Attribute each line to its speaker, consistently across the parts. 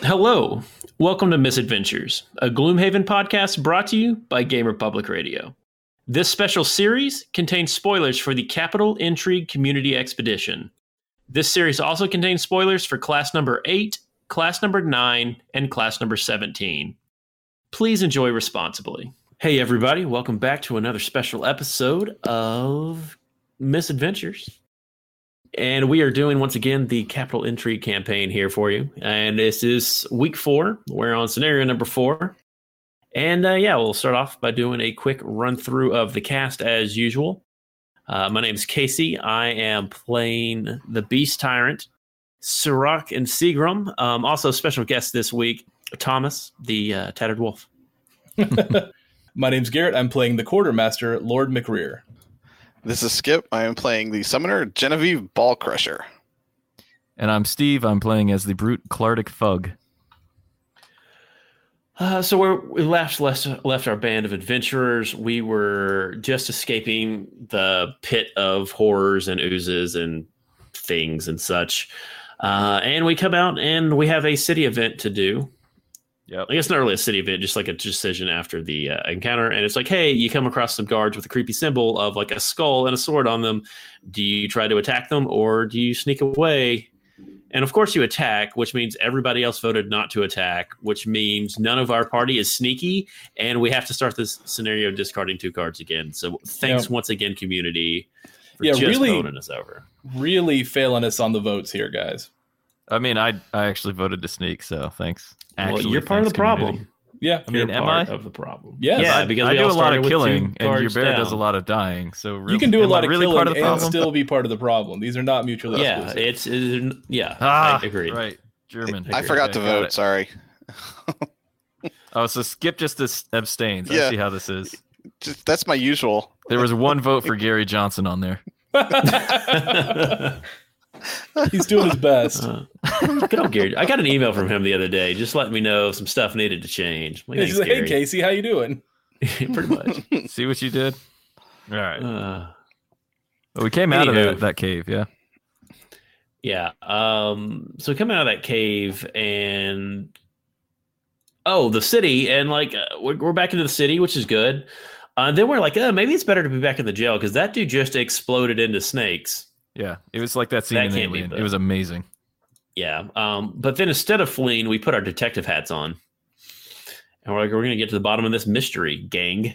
Speaker 1: Hello. Welcome to Misadventures, a Gloomhaven podcast brought to you by Gamer Public Radio. This special series contains spoilers for the Capital Intrigue Community Expedition. This series also contains spoilers for class number 8, class number 9, and class number 17. Please enjoy responsibly. Hey, everybody. Welcome back to another special episode of Misadventures. And we are doing once again the capital intrigue campaign here for you. And this is week four. We're on scenario number four. And uh, yeah, we'll start off by doing a quick run through of the cast as usual. Uh, my name is Casey. I am playing the Beast Tyrant, Sirach, and Seagram. Um, also, special guest this week, Thomas, the uh, Tattered Wolf.
Speaker 2: My name's Garrett. I'm playing the quartermaster, Lord McRear.
Speaker 3: This is Skip. I am playing the summoner Genevieve Ballcrusher.
Speaker 4: And I'm Steve. I'm playing as the brute Clardic Fug.
Speaker 1: Uh, so we're, we left, left left our band of adventurers. We were just escaping the pit of horrors and oozes and things and such, uh, and we come out and we have a city event to do.
Speaker 4: Yep.
Speaker 1: I guess not really a city event, just like a decision after the uh, encounter. And it's like, hey, you come across some guards with a creepy symbol of like a skull and a sword on them. Do you try to attack them or do you sneak away? And of course, you attack, which means everybody else voted not to attack, which means none of our party is sneaky. And we have to start this scenario discarding two cards again. So thanks
Speaker 2: Yeah.
Speaker 1: once again, community, for
Speaker 2: Yeah,
Speaker 1: just
Speaker 2: really-
Speaker 1: voting us over.
Speaker 2: Really failing us on the votes here, guys.
Speaker 4: I mean, I I actually voted to sneak, so thanks.
Speaker 1: well,
Speaker 4: Actually,
Speaker 1: you're part of the
Speaker 4: thanks,
Speaker 1: problem.
Speaker 4: community.
Speaker 2: Yeah.
Speaker 4: I mean,
Speaker 1: you're
Speaker 4: am
Speaker 1: part
Speaker 4: I?
Speaker 1: of the problem.
Speaker 2: Yes.
Speaker 1: Yeah, because
Speaker 4: I
Speaker 1: we
Speaker 4: do
Speaker 1: all
Speaker 4: a lot
Speaker 1: started
Speaker 4: of
Speaker 1: with two
Speaker 4: killing, and your
Speaker 1: cards
Speaker 4: bear does a
Speaker 1: down.
Speaker 4: lot of dying. So really,
Speaker 2: You can do a
Speaker 4: am
Speaker 2: lot
Speaker 4: I
Speaker 2: of
Speaker 4: really
Speaker 2: killing
Speaker 4: part of the
Speaker 2: and
Speaker 4: problem.
Speaker 2: still be part of the problem. These are not mutually
Speaker 1: yeah,
Speaker 2: exclusive.
Speaker 1: it's, it's yeah.
Speaker 4: ah,
Speaker 1: I agree.
Speaker 4: Right, German.
Speaker 3: I forgot to
Speaker 4: Okay, got
Speaker 3: vote.
Speaker 4: it.
Speaker 3: Sorry.
Speaker 4: Oh, so Skip just as- abstains. I
Speaker 3: Yeah.
Speaker 4: see how this is.
Speaker 3: Just, that's my usual.
Speaker 4: There was one vote for Gary Johnson on there.
Speaker 2: He's doing his best.
Speaker 1: Uh, good old Gary. I got an email from him the other day, just letting me know some stuff needed to change. My
Speaker 2: He's
Speaker 1: name's
Speaker 2: like, hey,
Speaker 1: Gary.
Speaker 2: Casey, how you doing?
Speaker 1: Pretty much.
Speaker 4: See what you did? All right.
Speaker 1: Uh,
Speaker 4: Well, we came out of
Speaker 1: Anywho.
Speaker 4: that, that cave, yeah.
Speaker 1: yeah. Um. So coming out of that cave and oh, the city, and like uh, we're, we're back into the city, which is good. Uh, then we're like, uh, maybe it's better to be back in the jail because that dude just exploded into snakes.
Speaker 4: Yeah. It was like that scene
Speaker 1: That
Speaker 4: in
Speaker 1: can't be
Speaker 4: Alien.
Speaker 1: the-
Speaker 4: It was amazing.
Speaker 1: Yeah. Um, but then instead of fleeing, we put our detective hats on. And we're like, we're going to get to the bottom of this mystery, gang.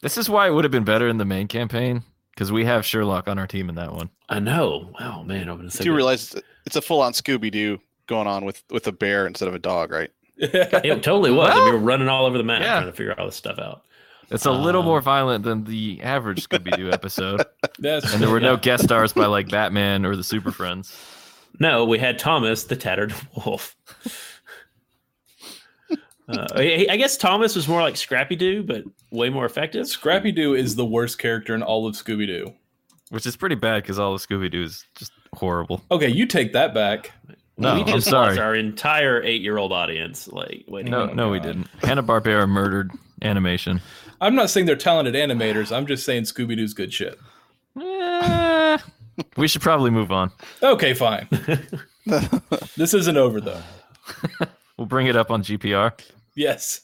Speaker 4: This is why it would have been better in the main campaign because we have Sherlock on our team in that one.
Speaker 1: I know. Wow, man. I'm gonna say
Speaker 3: Do you realize it's- it's a full-on Scooby-Doo going on with with a bear instead of a dog, right?
Speaker 1: It totally was. I mean,
Speaker 4: Well-
Speaker 1: we were running all over the map
Speaker 4: Yeah.
Speaker 1: trying to figure all this stuff out.
Speaker 4: It's a little
Speaker 1: Um,
Speaker 4: more violent than the average Scooby Doo episode,
Speaker 2: That's
Speaker 4: and there were no
Speaker 1: Yeah.
Speaker 4: guest stars by like Batman or the Super Friends.
Speaker 1: No, we had Thomas, the tattered wolf. Uh, I I guess Thomas was more like Scrappy Doo, but way more effective.
Speaker 2: Scrappy Doo is the worst character in all of Scooby Doo.
Speaker 4: Which is pretty bad because all of Scooby Doo is just horrible.
Speaker 2: Okay, you take that back.
Speaker 4: No,
Speaker 1: we
Speaker 4: I'm
Speaker 1: just lost
Speaker 4: sorry.
Speaker 1: our uh, entire eight-year-old audience. Like, wait, a
Speaker 4: No,
Speaker 1: minute.
Speaker 4: no, we
Speaker 2: God.
Speaker 4: didn't. Hanna Barbera murdered animation.
Speaker 2: I'm not saying they're talented animators. I'm just saying Scooby Doo's good shit.
Speaker 4: Eh, we should probably move on.
Speaker 2: Okay, fine. this isn't over though.
Speaker 4: We'll bring it up on GPR.
Speaker 2: Yes.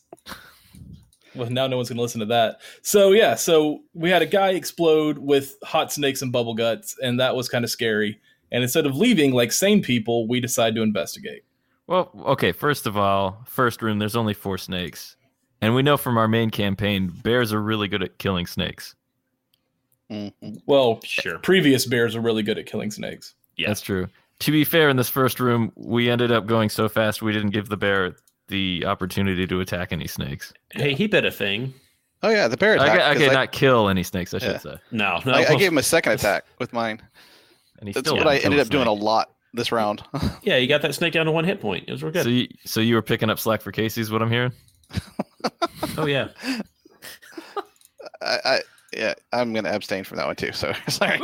Speaker 2: Well, now no one's going to listen to that. So, yeah, so we had a guy explode with hot snakes and bubble guts, and that was kind of scary. And instead of leaving like sane people, we decide to investigate.
Speaker 4: Well, okay. First of all, first room. There's only four snakes, and we know from our main campaign, bears are really good at killing snakes.
Speaker 3: Mhm.
Speaker 2: Well,
Speaker 1: sure.
Speaker 2: previous bears are really good at killing snakes.
Speaker 1: Yeah.
Speaker 4: That's true. To be fair, in this first room, we ended up going so fast we didn't give the bear the opportunity to attack any snakes.
Speaker 1: Hey, he bit a thing.
Speaker 3: Oh yeah, the bear
Speaker 4: I,
Speaker 3: attack. 'cause
Speaker 4: okay,
Speaker 3: I,
Speaker 4: not kill any snakes, I
Speaker 3: Yeah.
Speaker 4: should say.
Speaker 1: No, no.
Speaker 3: I, I gave him a second attack with mine.
Speaker 4: And he
Speaker 3: That's
Speaker 4: still
Speaker 3: what I
Speaker 4: didn't kill
Speaker 3: ended
Speaker 4: the
Speaker 3: up doing a
Speaker 4: snake.
Speaker 3: lot this round.
Speaker 1: yeah, you got that snake down to one hit point. It was real good.
Speaker 4: So you, so you were picking up slack for Casey's, what I'm hearing?
Speaker 1: oh yeah.
Speaker 3: I, I yeah, I'm gonna abstain from that one too. So sorry.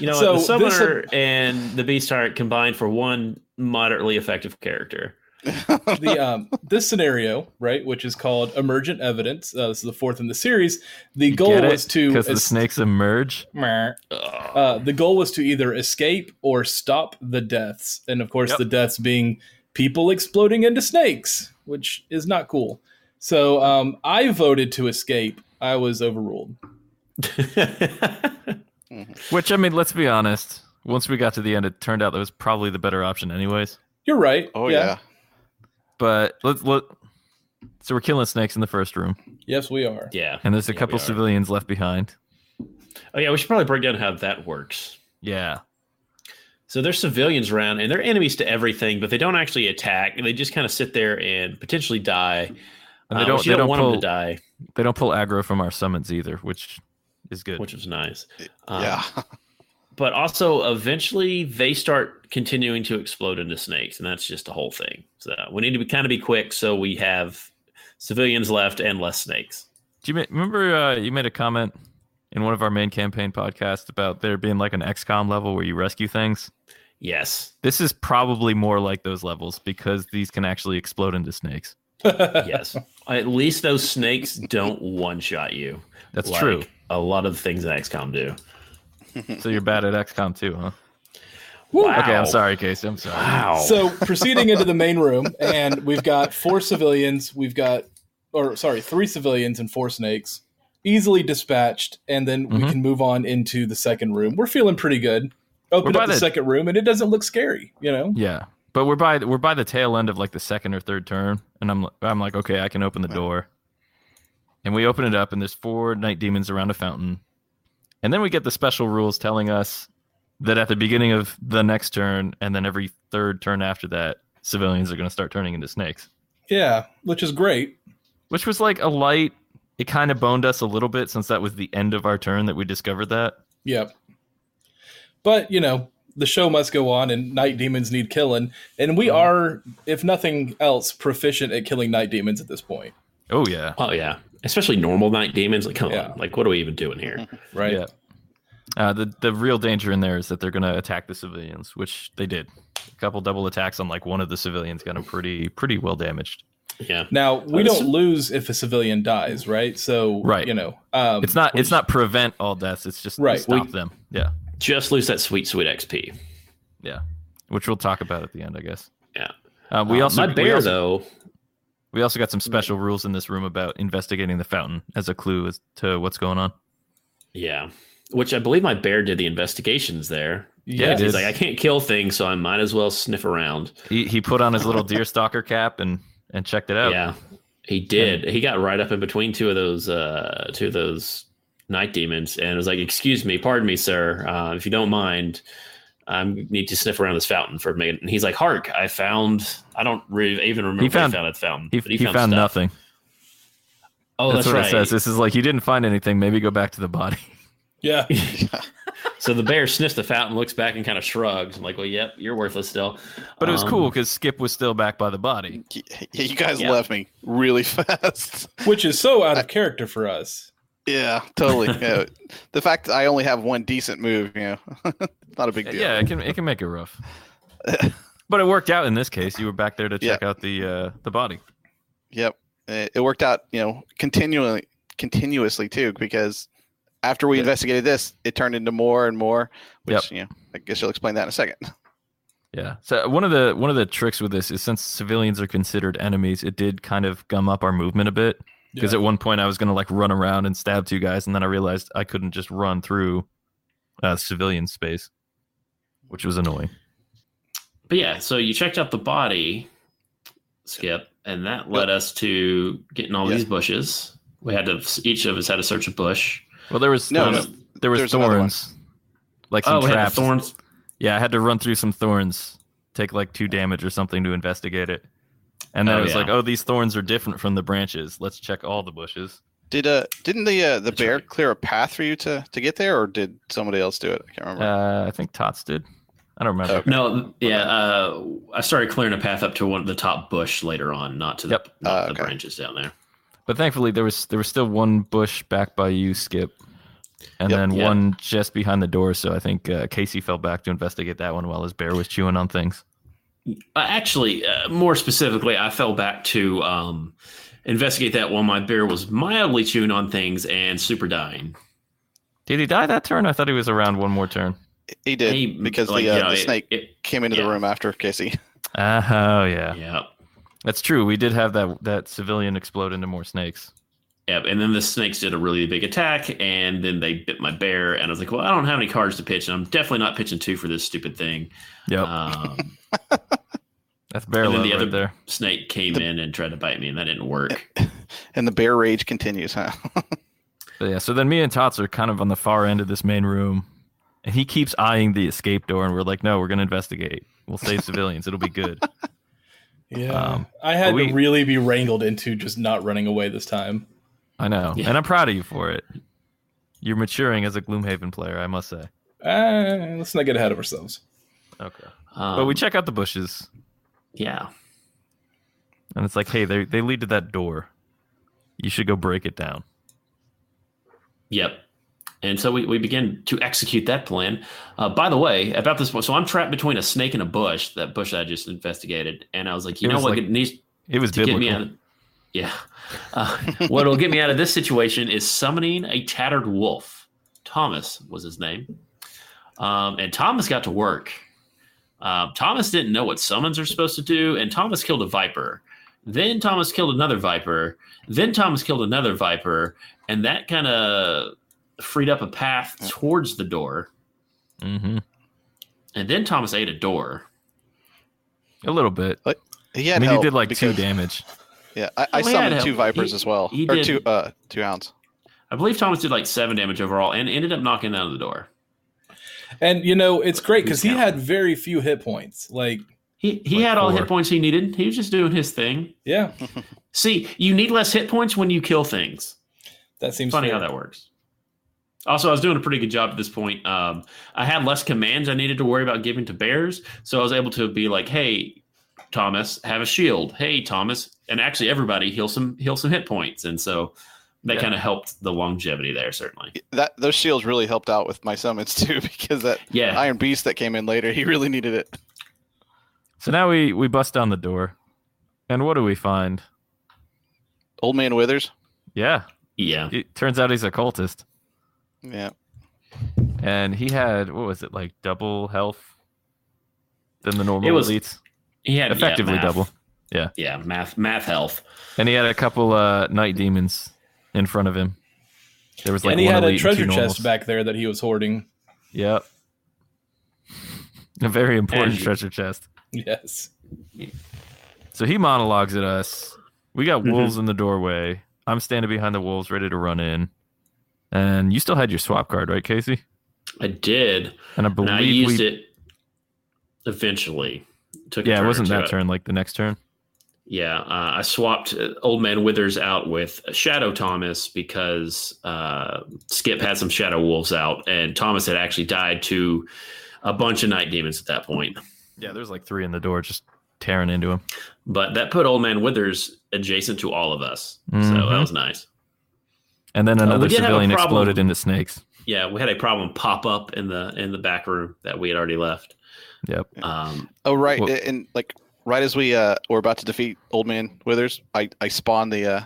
Speaker 1: You know,
Speaker 2: So
Speaker 1: the
Speaker 2: this-
Speaker 1: summoner and the beast tyrant combined for one moderately effective character.
Speaker 2: the um, this scenario, right, which is called emergent evidence. Uh, this is the fourth in the series. The
Speaker 4: You
Speaker 2: goal
Speaker 4: get it?
Speaker 2: was to
Speaker 4: Because the
Speaker 2: es-
Speaker 4: snakes emerge.
Speaker 2: Meh.
Speaker 1: Ugh.
Speaker 2: Uh, the goal was to either escape or stop the deaths, and of course,
Speaker 4: Yep.
Speaker 2: the deaths being people exploding into snakes, which is not cool. So um, I voted to escape. I was overruled.
Speaker 4: Which I mean, let's be honest. Once we got to the end, it turned out that was probably the better option, anyways.
Speaker 2: You're right.
Speaker 3: Oh yeah.
Speaker 4: But let's look. So we're killing snakes in the first room,
Speaker 2: Yes, we are.
Speaker 1: yeah.
Speaker 4: and there's a
Speaker 1: Yeah,
Speaker 4: couple
Speaker 1: we are.
Speaker 4: civilians left behind.
Speaker 1: Oh yeah, we should probably break down how that works.
Speaker 4: Yeah,
Speaker 1: So there's civilians around, and they're enemies to everything, but they don't actually attack. They just kind of sit there and potentially die.
Speaker 4: and they
Speaker 1: Uh,
Speaker 4: don't.
Speaker 1: which
Speaker 4: They
Speaker 1: you
Speaker 4: don't,
Speaker 1: want
Speaker 4: pull.
Speaker 1: them to die,
Speaker 4: They don't pull aggro from our summons either, which is good.
Speaker 1: which is nice. Um,
Speaker 3: Yeah.
Speaker 4: Uh,
Speaker 1: But also, eventually, they start continuing to explode into snakes, and that's just the whole thing. So we need to be kind of be quick, so we have civilians left and less snakes.
Speaker 4: Do you ma- remember uh, you made a comment in one of our main campaign podcasts about there being like an XCOM level where you rescue things?
Speaker 1: Yes,
Speaker 4: This is probably more like those levels because these can actually explode into snakes.
Speaker 1: yes. At least those snakes don't one shot you.
Speaker 4: That's
Speaker 1: like
Speaker 4: true.
Speaker 1: A lot of the things that XCOM do.
Speaker 4: So you're bad at XCOM too, huh?
Speaker 1: Wow.
Speaker 4: Okay, I'm sorry, Casey. I'm sorry.
Speaker 1: Wow.
Speaker 2: So proceeding into the main room, and we've got four civilians. We've got, or sorry, three civilians and four snakes, easily dispatched, and then we
Speaker 4: Mhm.
Speaker 2: can move on into the second room. We're feeling pretty good. Open
Speaker 4: We're
Speaker 2: up
Speaker 4: about
Speaker 2: the
Speaker 4: to-
Speaker 2: second room, and it doesn't look scary. You know,
Speaker 4: Yeah, but we're by we're by the tail end of like the second or third turn, and I'm I'm like, okay, I can open the door, and we open it up, and there's four night demons around a fountain, and then we get the special rules telling us that at the beginning of the next turn, and then every third turn after that, civilians are going to start turning into snakes,
Speaker 2: yeah, which is great.
Speaker 4: which was like a light. It kind of boned us a little bit since that was the end of our turn that we discovered that.
Speaker 2: Yep. But, you know, the show must go on and night demons need killing. And
Speaker 4: Mm-hmm.
Speaker 2: we are, if nothing else, proficient at killing night demons at this point.
Speaker 4: Oh yeah,
Speaker 1: Oh yeah, especially normal night demons. Like, come
Speaker 2: Yeah.
Speaker 1: on, like, what are we even doing here?
Speaker 2: Right.
Speaker 4: yeah. Uh, the the real danger in there is that they're going to attack the civilians, which they did. A couple double attacks on like one of the civilians got him pretty pretty well damaged.
Speaker 1: Yeah,
Speaker 2: Now, we
Speaker 1: Uh, so-
Speaker 2: don't lose if a civilian dies, right? So,
Speaker 4: Right.
Speaker 2: you know, um,
Speaker 4: It's not it's not prevent all deaths. It's just
Speaker 2: Right,
Speaker 4: stop
Speaker 1: we-
Speaker 4: them. Yeah,
Speaker 1: just lose that sweet, sweet XP.
Speaker 4: yeah. Which we'll talk about at the end, I guess.
Speaker 1: Yeah.
Speaker 4: Uh, we
Speaker 1: Um,
Speaker 4: also
Speaker 1: my
Speaker 4: we
Speaker 1: bear
Speaker 4: also,
Speaker 1: though.
Speaker 4: we also got some special rules in this room about investigating the fountain as a clue as to what's going on.
Speaker 1: Yeah, which I believe my bear did the investigations there.
Speaker 2: Yeah,
Speaker 4: he
Speaker 1: he's
Speaker 4: did.
Speaker 1: like, I can't kill things, so I might as well sniff around.
Speaker 4: He he put on his little deer stalker cap and and checked it out.
Speaker 1: Yeah, he did. He got right up in between two of those, uh, two of those night demons, and was like, "Excuse me, pardon me, sir, uh, if you don't mind." I need to sniff around this fountain for a minute. And he's like, "Hark! I found. I don't really even remember
Speaker 4: He
Speaker 1: what
Speaker 4: found-
Speaker 1: he found at the fountain.
Speaker 4: He,
Speaker 1: but
Speaker 4: he, found,
Speaker 1: stuff.
Speaker 4: nothing.
Speaker 1: Oh, that's,
Speaker 4: that's, what
Speaker 1: right.
Speaker 4: it says. This is like you didn't find anything. Maybe go back to the body.
Speaker 2: Yeah.
Speaker 1: So the bear sniffs the fountain, looks back, and kind of shrugs. I'm like, well, yep, you're worthless still.
Speaker 4: But it was
Speaker 1: Um,
Speaker 4: cool because Skip was still back by the body.
Speaker 3: Y- y- You guys
Speaker 1: Yeah.
Speaker 3: left me really fast.
Speaker 2: Which is so out of character for us.
Speaker 3: yeah, totally. Yeah. The fact that I only have one decent move, you know, not a big deal.
Speaker 4: Yeah, it can it can make it rough. but it worked out in this case. You were back there to
Speaker 3: Yeah.
Speaker 4: check out the uh, the body.
Speaker 3: Yep. It, it worked out, you know, continually, continuously too, because after we investigated this, it turned into more and more, which,
Speaker 4: Yep.
Speaker 3: you know, I guess you'll explain that in a second.
Speaker 4: Yeah. So one of the one of the tricks with this is since civilians are considered enemies, it did kind of gum up our movement a bit. Because
Speaker 2: Yeah.
Speaker 4: at one point I was gonna like run around and stab two guys, and then I realized I couldn't just run through uh, civilian space, which was annoying.
Speaker 1: But yeah, so you checked out the body, Skip, and that led us to getting all
Speaker 3: Yeah.
Speaker 1: these bushes. We had to, each of us had to search a bush.
Speaker 4: Well, there was
Speaker 3: No,
Speaker 4: there
Speaker 1: no,
Speaker 4: was, there was
Speaker 3: there's another one.
Speaker 4: thorns, like some
Speaker 1: Oh, we had the
Speaker 4: traps.
Speaker 1: thorns.
Speaker 4: Yeah, I had to run through some thorns, take like two damage or something to investigate it. And then
Speaker 1: Oh,
Speaker 4: it was
Speaker 1: yeah.
Speaker 4: like, oh, these thorns are different from the branches. Let's check all the bushes.
Speaker 3: Did, uh, didn't the, uh, the
Speaker 1: That's
Speaker 3: bear
Speaker 1: right.
Speaker 3: clear a path for you to, to get there or did somebody else do it? I can't remember.
Speaker 4: Uh, I think Tots did. I don't remember.
Speaker 3: Okay.
Speaker 1: No, yeah, uh, I started clearing a path up to one of the top bush later on, not to the,
Speaker 4: Yep.
Speaker 1: not
Speaker 3: Uh,
Speaker 1: the
Speaker 3: okay.
Speaker 1: branches down there.
Speaker 4: But thankfully, there was there was still one bush back by you, Skip, and
Speaker 3: Yep.
Speaker 4: then
Speaker 1: Yeah.
Speaker 4: one just behind the door. So I think uh, Casey fell back to investigate that one while his bear was chewing on things.
Speaker 1: Uh, actually, uh, more specifically, I fell back to um, investigate that while my bear was mildly chewing on things and super dying.
Speaker 4: Did he die that turn? I thought he was around one more turn.
Speaker 3: he did
Speaker 1: Hey,
Speaker 3: because
Speaker 1: like,
Speaker 3: the, uh,
Speaker 1: you know,
Speaker 3: the
Speaker 1: it-
Speaker 3: snake
Speaker 1: it-
Speaker 3: came into
Speaker 1: yeah.
Speaker 3: the room after Casey.
Speaker 4: Uh, oh yeah.
Speaker 1: Yeah.
Speaker 4: that's true. We did have that that civilian explode into more snakes.
Speaker 1: Yep. And then the snakes did a really big attack, and then they bit my bear, and I was like, "Well, I don't have any cards to pitch, and I'm definitely not pitching two for this stupid thing."
Speaker 4: Yep,
Speaker 1: Um,
Speaker 4: that's bear
Speaker 1: and then
Speaker 4: love
Speaker 1: the
Speaker 4: right
Speaker 1: other-
Speaker 4: there.
Speaker 1: snake came in and tried to bite me, and that didn't work.
Speaker 3: And the bear rage continues, huh?
Speaker 4: But yeah, so then me and Tots are kind of on the far end of this main room, and he keeps eyeing the escape door, and we're like, "No, we're gonna investigate. We'll save civilians. It'll be good."
Speaker 2: Yeah,
Speaker 4: Um,
Speaker 2: I had
Speaker 4: but we-
Speaker 2: to really be wrangled into just not running away this time.
Speaker 4: I know,
Speaker 1: Yeah.
Speaker 4: and I'm proud of you for it. You're maturing as a Gloomhaven player, I must say.
Speaker 2: Uh, let's not get ahead of ourselves.
Speaker 4: Okay,
Speaker 1: Um,
Speaker 4: but we check out the bushes,
Speaker 1: Yeah.
Speaker 4: and it's like, "Hey, they they lead to that door. You should go break it down."
Speaker 1: Yep. And so we, we begin to execute that plan. Uh, by the way, about this point, so I'm trapped between a snake and a bush, that bush I just investigated. And I was like, you
Speaker 4: It
Speaker 1: know
Speaker 4: was
Speaker 1: what
Speaker 4: like-
Speaker 1: it needs
Speaker 4: It was
Speaker 1: to
Speaker 4: biblical.
Speaker 1: get me out of Yeah. Uh, what will get me out of this situation is summoning a tattered wolf. Thomas was his name. Um, and Thomas got to work. Um, Thomas didn't know what summons are supposed to do, and Thomas killed a viper. Then Thomas killed another viper. Then Thomas killed another viper, and that kind of freed up a path towards the door.
Speaker 4: hmm
Speaker 1: And then Thomas ate a door.
Speaker 4: A little bit.
Speaker 3: He
Speaker 4: I
Speaker 3: had
Speaker 4: mean, he
Speaker 3: help
Speaker 4: did like
Speaker 3: because-
Speaker 4: two damage.
Speaker 3: Yeah, I, I
Speaker 1: Oh, he had
Speaker 3: summoned
Speaker 1: help.
Speaker 3: two vipers
Speaker 1: He-
Speaker 3: as well,
Speaker 1: he
Speaker 3: or
Speaker 1: did.
Speaker 3: two uh two hounds.
Speaker 1: I believe Thomas did like seven damage overall and ended up knocking down the door.
Speaker 2: And you know, it's great because he
Speaker 1: Who's
Speaker 2: had very few hit points. Like,
Speaker 1: He he
Speaker 4: Like
Speaker 1: had all
Speaker 4: four.
Speaker 1: hit points he needed. He was just doing his thing.
Speaker 2: yeah,
Speaker 1: See, you need less hit points when you kill things.
Speaker 2: that seems
Speaker 1: Funny how
Speaker 2: fair.
Speaker 1: that works. Also, I was doing a pretty good job at this point. Um, I had less commands I needed to worry about giving to bears, so I was able to be like, "Hey, Thomas, have a shield. Hey, Thomas, and actually everybody heal some heal some hit points." And so that
Speaker 4: Yeah.
Speaker 1: kind of helped the longevity there, certainly.
Speaker 3: That those shields really helped out with my summons too, because that
Speaker 1: Yeah,
Speaker 3: iron beast that came in later, he really needed it.
Speaker 4: So now we we bust down the door, and what do we find?
Speaker 3: Old man Withers.
Speaker 4: Yeah,
Speaker 1: yeah.
Speaker 4: it turns out he's a cultist,
Speaker 3: Yeah,
Speaker 4: and he had what was it like double health than the normal
Speaker 1: It was-
Speaker 4: elites,
Speaker 1: He had yeah,
Speaker 4: effectively
Speaker 1: math.
Speaker 4: double,
Speaker 1: Yeah, math math health.
Speaker 4: and he had a couple uh night demons in front of him. There was like
Speaker 2: and he
Speaker 4: one
Speaker 2: had
Speaker 4: elite
Speaker 2: a
Speaker 4: and
Speaker 2: treasure
Speaker 4: two normals.
Speaker 2: chest back there that he was hoarding.
Speaker 4: Yep, a very important
Speaker 1: And-
Speaker 4: treasure chest.
Speaker 2: Yes.
Speaker 4: So he monologues at us. We
Speaker 2: Mm-hmm.
Speaker 4: got wolves in the doorway. I'm standing behind the wolves, ready to run in. And you still had your swap card, right, Casey?
Speaker 1: I did.
Speaker 4: And I
Speaker 1: And
Speaker 4: believe
Speaker 1: I used
Speaker 4: we
Speaker 1: it eventually. Took a
Speaker 4: Yeah,
Speaker 1: turn
Speaker 4: it
Speaker 1: or
Speaker 4: wasn't
Speaker 1: two.
Speaker 4: that turn, like the next turn.
Speaker 1: Yeah, uh, I swapped uh, Old Man Withers out with Shadow Thomas because uh, Skip had some Shadow Wolves out, and Thomas had actually died to a bunch of Night Demons at that point.
Speaker 4: Yeah, there's like three in the door just tearing into him.
Speaker 1: But that put Old Man Withers adjacent to all of us, so that
Speaker 4: Mhm.
Speaker 1: was nice.
Speaker 4: And then
Speaker 1: Uh, we
Speaker 4: another
Speaker 1: did have a
Speaker 4: civilian
Speaker 1: problem.
Speaker 4: exploded into snakes.
Speaker 1: Yeah, we had a problem pop up in the in the back room that we had already left.
Speaker 4: Yep.
Speaker 1: Um,
Speaker 3: Oh right,
Speaker 4: Well-
Speaker 3: and like right as we uh were about to defeat Old Man Withers, I I spawned the uh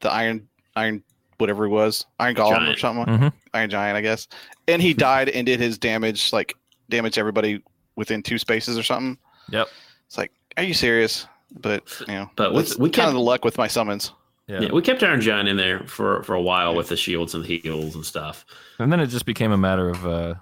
Speaker 3: the iron iron whatever it was iron golem or
Speaker 1: Giant.
Speaker 3: something
Speaker 4: Mhm.
Speaker 3: iron giant I guess, and he died and did his damage like damage everybody within two spaces or something.
Speaker 4: Yep.
Speaker 3: It's like, are you serious? But you know,
Speaker 1: But with-
Speaker 3: that's
Speaker 1: we
Speaker 3: kind
Speaker 1: kept-
Speaker 3: of the luck with my summons.
Speaker 4: Yeah.
Speaker 1: yeah. we kept Iron John in there for for a while with the shields and the heals and stuff.
Speaker 4: And then it just became a matter of uh,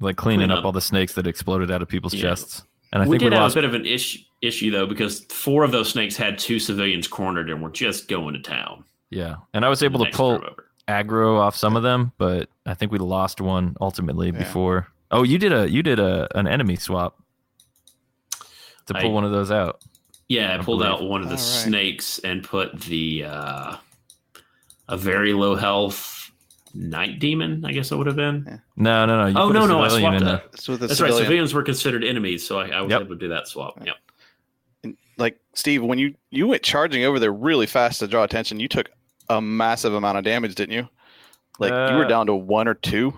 Speaker 4: like cleaning
Speaker 1: Clean
Speaker 4: up
Speaker 1: up.
Speaker 4: all the snakes that exploded out of people's
Speaker 1: Yeah.
Speaker 4: chests. And I
Speaker 1: we
Speaker 4: think we
Speaker 1: did have
Speaker 4: lost.
Speaker 1: a bit of an issue, issue though, because four of those snakes had two civilians cornered and were just going to town.
Speaker 4: Yeah. And I was able
Speaker 1: The
Speaker 4: to
Speaker 1: next
Speaker 4: pull
Speaker 1: group over.
Speaker 4: aggro off some of them, but I think we lost one ultimately
Speaker 3: Yeah.
Speaker 4: before. Oh, you did a you did a an enemy swap to pull
Speaker 1: I-
Speaker 4: one of those out.
Speaker 1: Yeah, I,
Speaker 4: I
Speaker 1: pulled
Speaker 4: believe.
Speaker 1: out one of the
Speaker 3: All right.
Speaker 1: snakes and put the uh, a very low health night demon. I guess it would have been.
Speaker 4: No, no, no. You
Speaker 1: oh
Speaker 4: put a
Speaker 1: no, no, I
Speaker 4: civilian
Speaker 1: swapped
Speaker 4: in
Speaker 1: that.
Speaker 3: So the
Speaker 1: That's right. Civilians were considered enemies, so I, I was
Speaker 4: Yep.
Speaker 1: able to do that swap. Yep.
Speaker 3: like Steve, when you you went charging over there really fast to draw attention, you took a massive amount of damage, didn't you? Like you were
Speaker 4: Uh,
Speaker 3: down to one or two.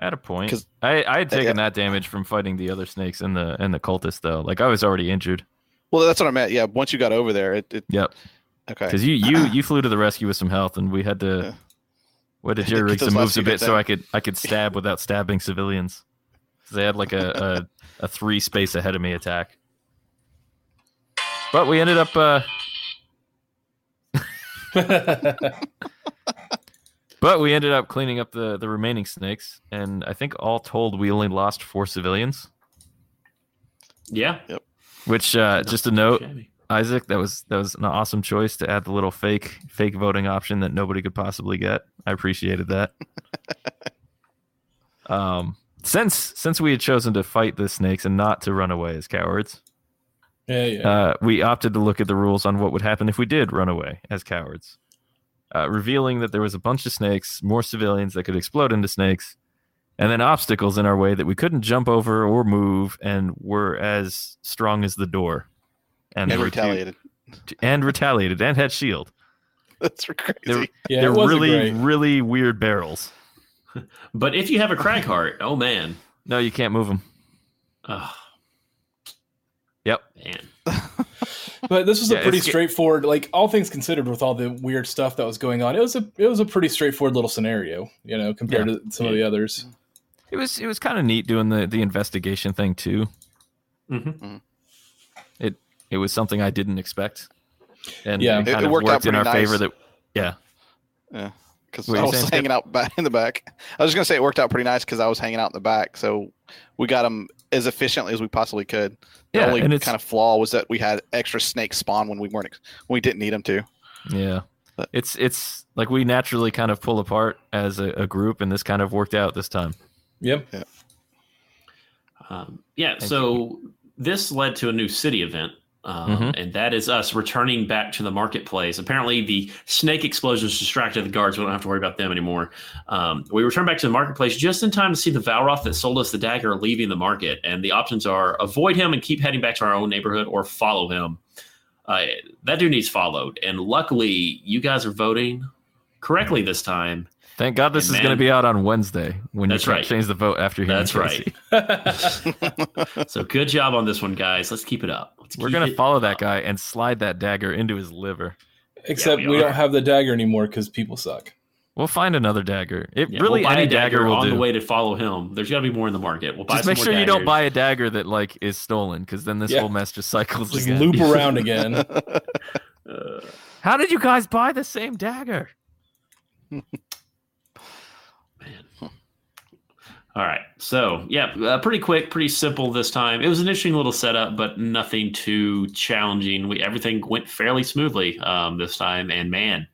Speaker 4: a- at a point.
Speaker 3: 'Cause-
Speaker 4: I, I had
Speaker 3: Yeah.
Speaker 4: taken that damage from fighting the other snakes and the and the cultist though. Like I was already injured.
Speaker 3: Well, that's what I meant. Yeah, once you got over there, it, it
Speaker 4: Yep.
Speaker 3: okay.
Speaker 4: Because you you you flew to the rescue with some health, and we had to.
Speaker 3: Yeah.
Speaker 4: What did
Speaker 3: Get
Speaker 4: your rig
Speaker 3: those
Speaker 4: some
Speaker 3: last
Speaker 4: moves a
Speaker 3: few
Speaker 4: bit
Speaker 3: hits
Speaker 4: so
Speaker 3: in.
Speaker 4: I could I could stab without stabbing civilians? 'Cause They had like a, a a three space ahead of me attack. But we ended up. Uh, but we ended up cleaning up the the remaining snakes, and I think all told, we only lost four civilians.
Speaker 1: Yeah.
Speaker 4: Which uh, just a note,
Speaker 1: Shabby.
Speaker 4: Isaac, that was that was an awesome choice to add the little fake fake voting option that nobody could possibly get. I appreciated that. um, since since we had chosen to fight the snakes and not to run away as cowards,
Speaker 2: yeah, yeah.
Speaker 4: uh, we opted to look at the rules on what would happen if we did run away as cowards, uh, revealing that there was a bunch of snakes, more civilians that could explode into snakes, and then obstacles in our way that we couldn't jump over or move, and were as strong as the door,
Speaker 3: And
Speaker 4: were too-
Speaker 3: retaliated.
Speaker 4: and retaliated, and had shield.
Speaker 3: That's crazy.
Speaker 4: There-
Speaker 2: yeah,
Speaker 4: E They're
Speaker 2: it wasn't
Speaker 4: really,
Speaker 2: great.
Speaker 4: really weird barrels.
Speaker 1: But if you have a crag heart, oh man.
Speaker 4: No, you can't move them.
Speaker 1: Oh.
Speaker 4: Yep.
Speaker 1: Man.
Speaker 2: But this was
Speaker 4: Yeah,
Speaker 2: a pretty
Speaker 4: it's ge-
Speaker 2: straightforward, like all things considered, with all the weird stuff that was going on. It was a it was a pretty straightforward little scenario, you know, compared to some of the others.
Speaker 4: It was it was kind of neat doing the the investigation thing too.
Speaker 1: hmm
Speaker 4: It was something I didn't expect, and
Speaker 2: Yeah.
Speaker 4: and
Speaker 3: It-
Speaker 4: kind
Speaker 3: it
Speaker 4: of
Speaker 3: worked out
Speaker 4: in our
Speaker 3: pretty nice.
Speaker 4: favor that
Speaker 3: because
Speaker 4: What
Speaker 3: I
Speaker 4: you
Speaker 3: was
Speaker 4: saying, Skip?
Speaker 3: hanging out back in the back. I was just gonna say it worked out pretty nice because I was hanging out in the back, so we got them as efficiently as we possibly could. The
Speaker 4: Yeah,
Speaker 3: only
Speaker 4: and it's-
Speaker 3: kind of flaw was that we had extra snakes spawn when we weren't ex- when we didn't need them to.
Speaker 4: Yeah.
Speaker 3: But-
Speaker 4: It's it's like we naturally kind of pull apart as a, a group and this kind of worked out this time.
Speaker 2: Yep.
Speaker 1: Um, yeah.
Speaker 4: Thank
Speaker 1: so this led to a new city event. Um,
Speaker 4: Mhm.
Speaker 1: And that is us returning back to the marketplace. Apparently, the snake explosions distracted the guards. We don't have to worry about them anymore. Um, we return back to the marketplace just in time to see the Valroth that sold us the dagger leaving the market. And the options are avoid him and keep heading back to our own neighborhood or follow him. Uh, that dude needs followed. And luckily, you guys are voting correctly this time.
Speaker 4: Thank God this
Speaker 1: And
Speaker 4: is going
Speaker 1: man-
Speaker 4: to be out on Wednesday when
Speaker 1: That's
Speaker 4: you can't
Speaker 1: right.
Speaker 4: change the vote after hearing
Speaker 1: That's
Speaker 4: Casey.
Speaker 1: right. so good job on this one, guys. Let's keep it up. Let's
Speaker 4: We're
Speaker 1: keep
Speaker 4: going
Speaker 1: it
Speaker 4: to follow that guy and slide that dagger into his liver.
Speaker 2: Except
Speaker 1: we
Speaker 2: we,
Speaker 1: are.
Speaker 2: don't have the dagger anymore because people suck.
Speaker 4: We'll find another dagger. It
Speaker 1: Yeah,
Speaker 4: really
Speaker 1: we'll buy
Speaker 4: any
Speaker 1: a dagger,
Speaker 4: dagger, will
Speaker 1: on
Speaker 4: do.
Speaker 1: the way to follow him. There's got to be more in the market. We'll buy
Speaker 4: just
Speaker 1: some
Speaker 4: make
Speaker 1: more
Speaker 4: sure you don't
Speaker 1: daggers.
Speaker 4: buy a dagger that like is stolen cuz then this
Speaker 2: Yeah.
Speaker 4: whole mess just cycles
Speaker 2: Just
Speaker 4: again.
Speaker 2: loop around again.
Speaker 1: Uh,
Speaker 4: How did you guys buy the same dagger?
Speaker 1: man. All right. So yeah, uh, pretty quick, pretty simple this time. It was an interesting little setup, but nothing too challenging. We everything went fairly smoothly um, this time, and man.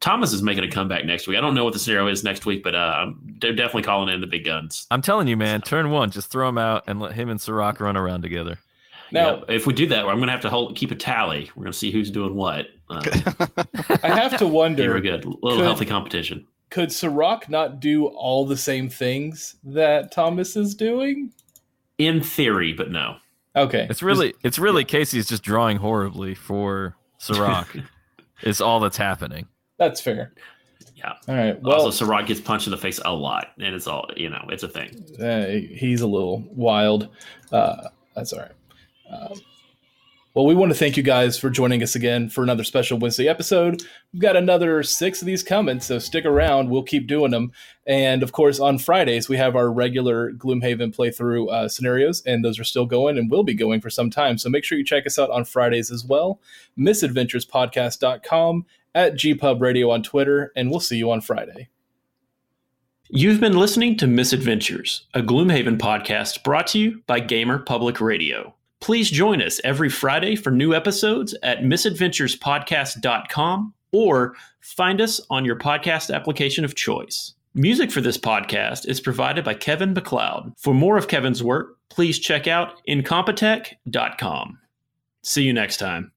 Speaker 1: Thomas is making a comeback next week. I don't know what the scenario is next week, but uh, I'm- they're definitely calling in the big guns.
Speaker 4: I'm telling you man, turn 1, just throw him out and let him and Sirach run around together.
Speaker 2: Now
Speaker 1: Yeah, if we do that, I'm going to have to hold, keep a tally. We're going to see who's doing what. Um,
Speaker 2: I have to
Speaker 1: here we
Speaker 2: wonder:
Speaker 1: good. Little
Speaker 2: Could-
Speaker 1: healthy competition.
Speaker 2: Could Sirach not do all the same things that Thomas is doing?
Speaker 1: In theory, but no.
Speaker 2: Okay,
Speaker 4: It's really it's really Casey's just drawing horribly for Sirach. is all that's happening.
Speaker 2: that's fair.
Speaker 1: Yeah.
Speaker 2: All right. Well,
Speaker 1: also, Sarod gets punched in the face a lot, and it's all you know. It's a thing.
Speaker 2: uh, he's a little wild. Uh, that's all right. Um, well, we want to thank you guys for joining us again for another special Wednesday episode. We've got another six of these coming, so stick around. We'll keep doing them. And of course, on Fridays, we have our regular Gloomhaven playthrough uh, scenarios, and those are still going and will be going for some time. So make sure you check us out on Fridays as well. Misadventurespodcast.com, at GPub Radio on Twitter, and we'll see you on Friday.
Speaker 1: You've been listening to Misadventures, a Gloomhaven podcast brought to you by Gamer Public Radio. Please join us every Friday for new episodes at misadventurespodcast.com or find us on your podcast application of choice. Music for this podcast is provided by Kevin McLeod. For more of Kevin's work, please check out incompetech.com. See you next time.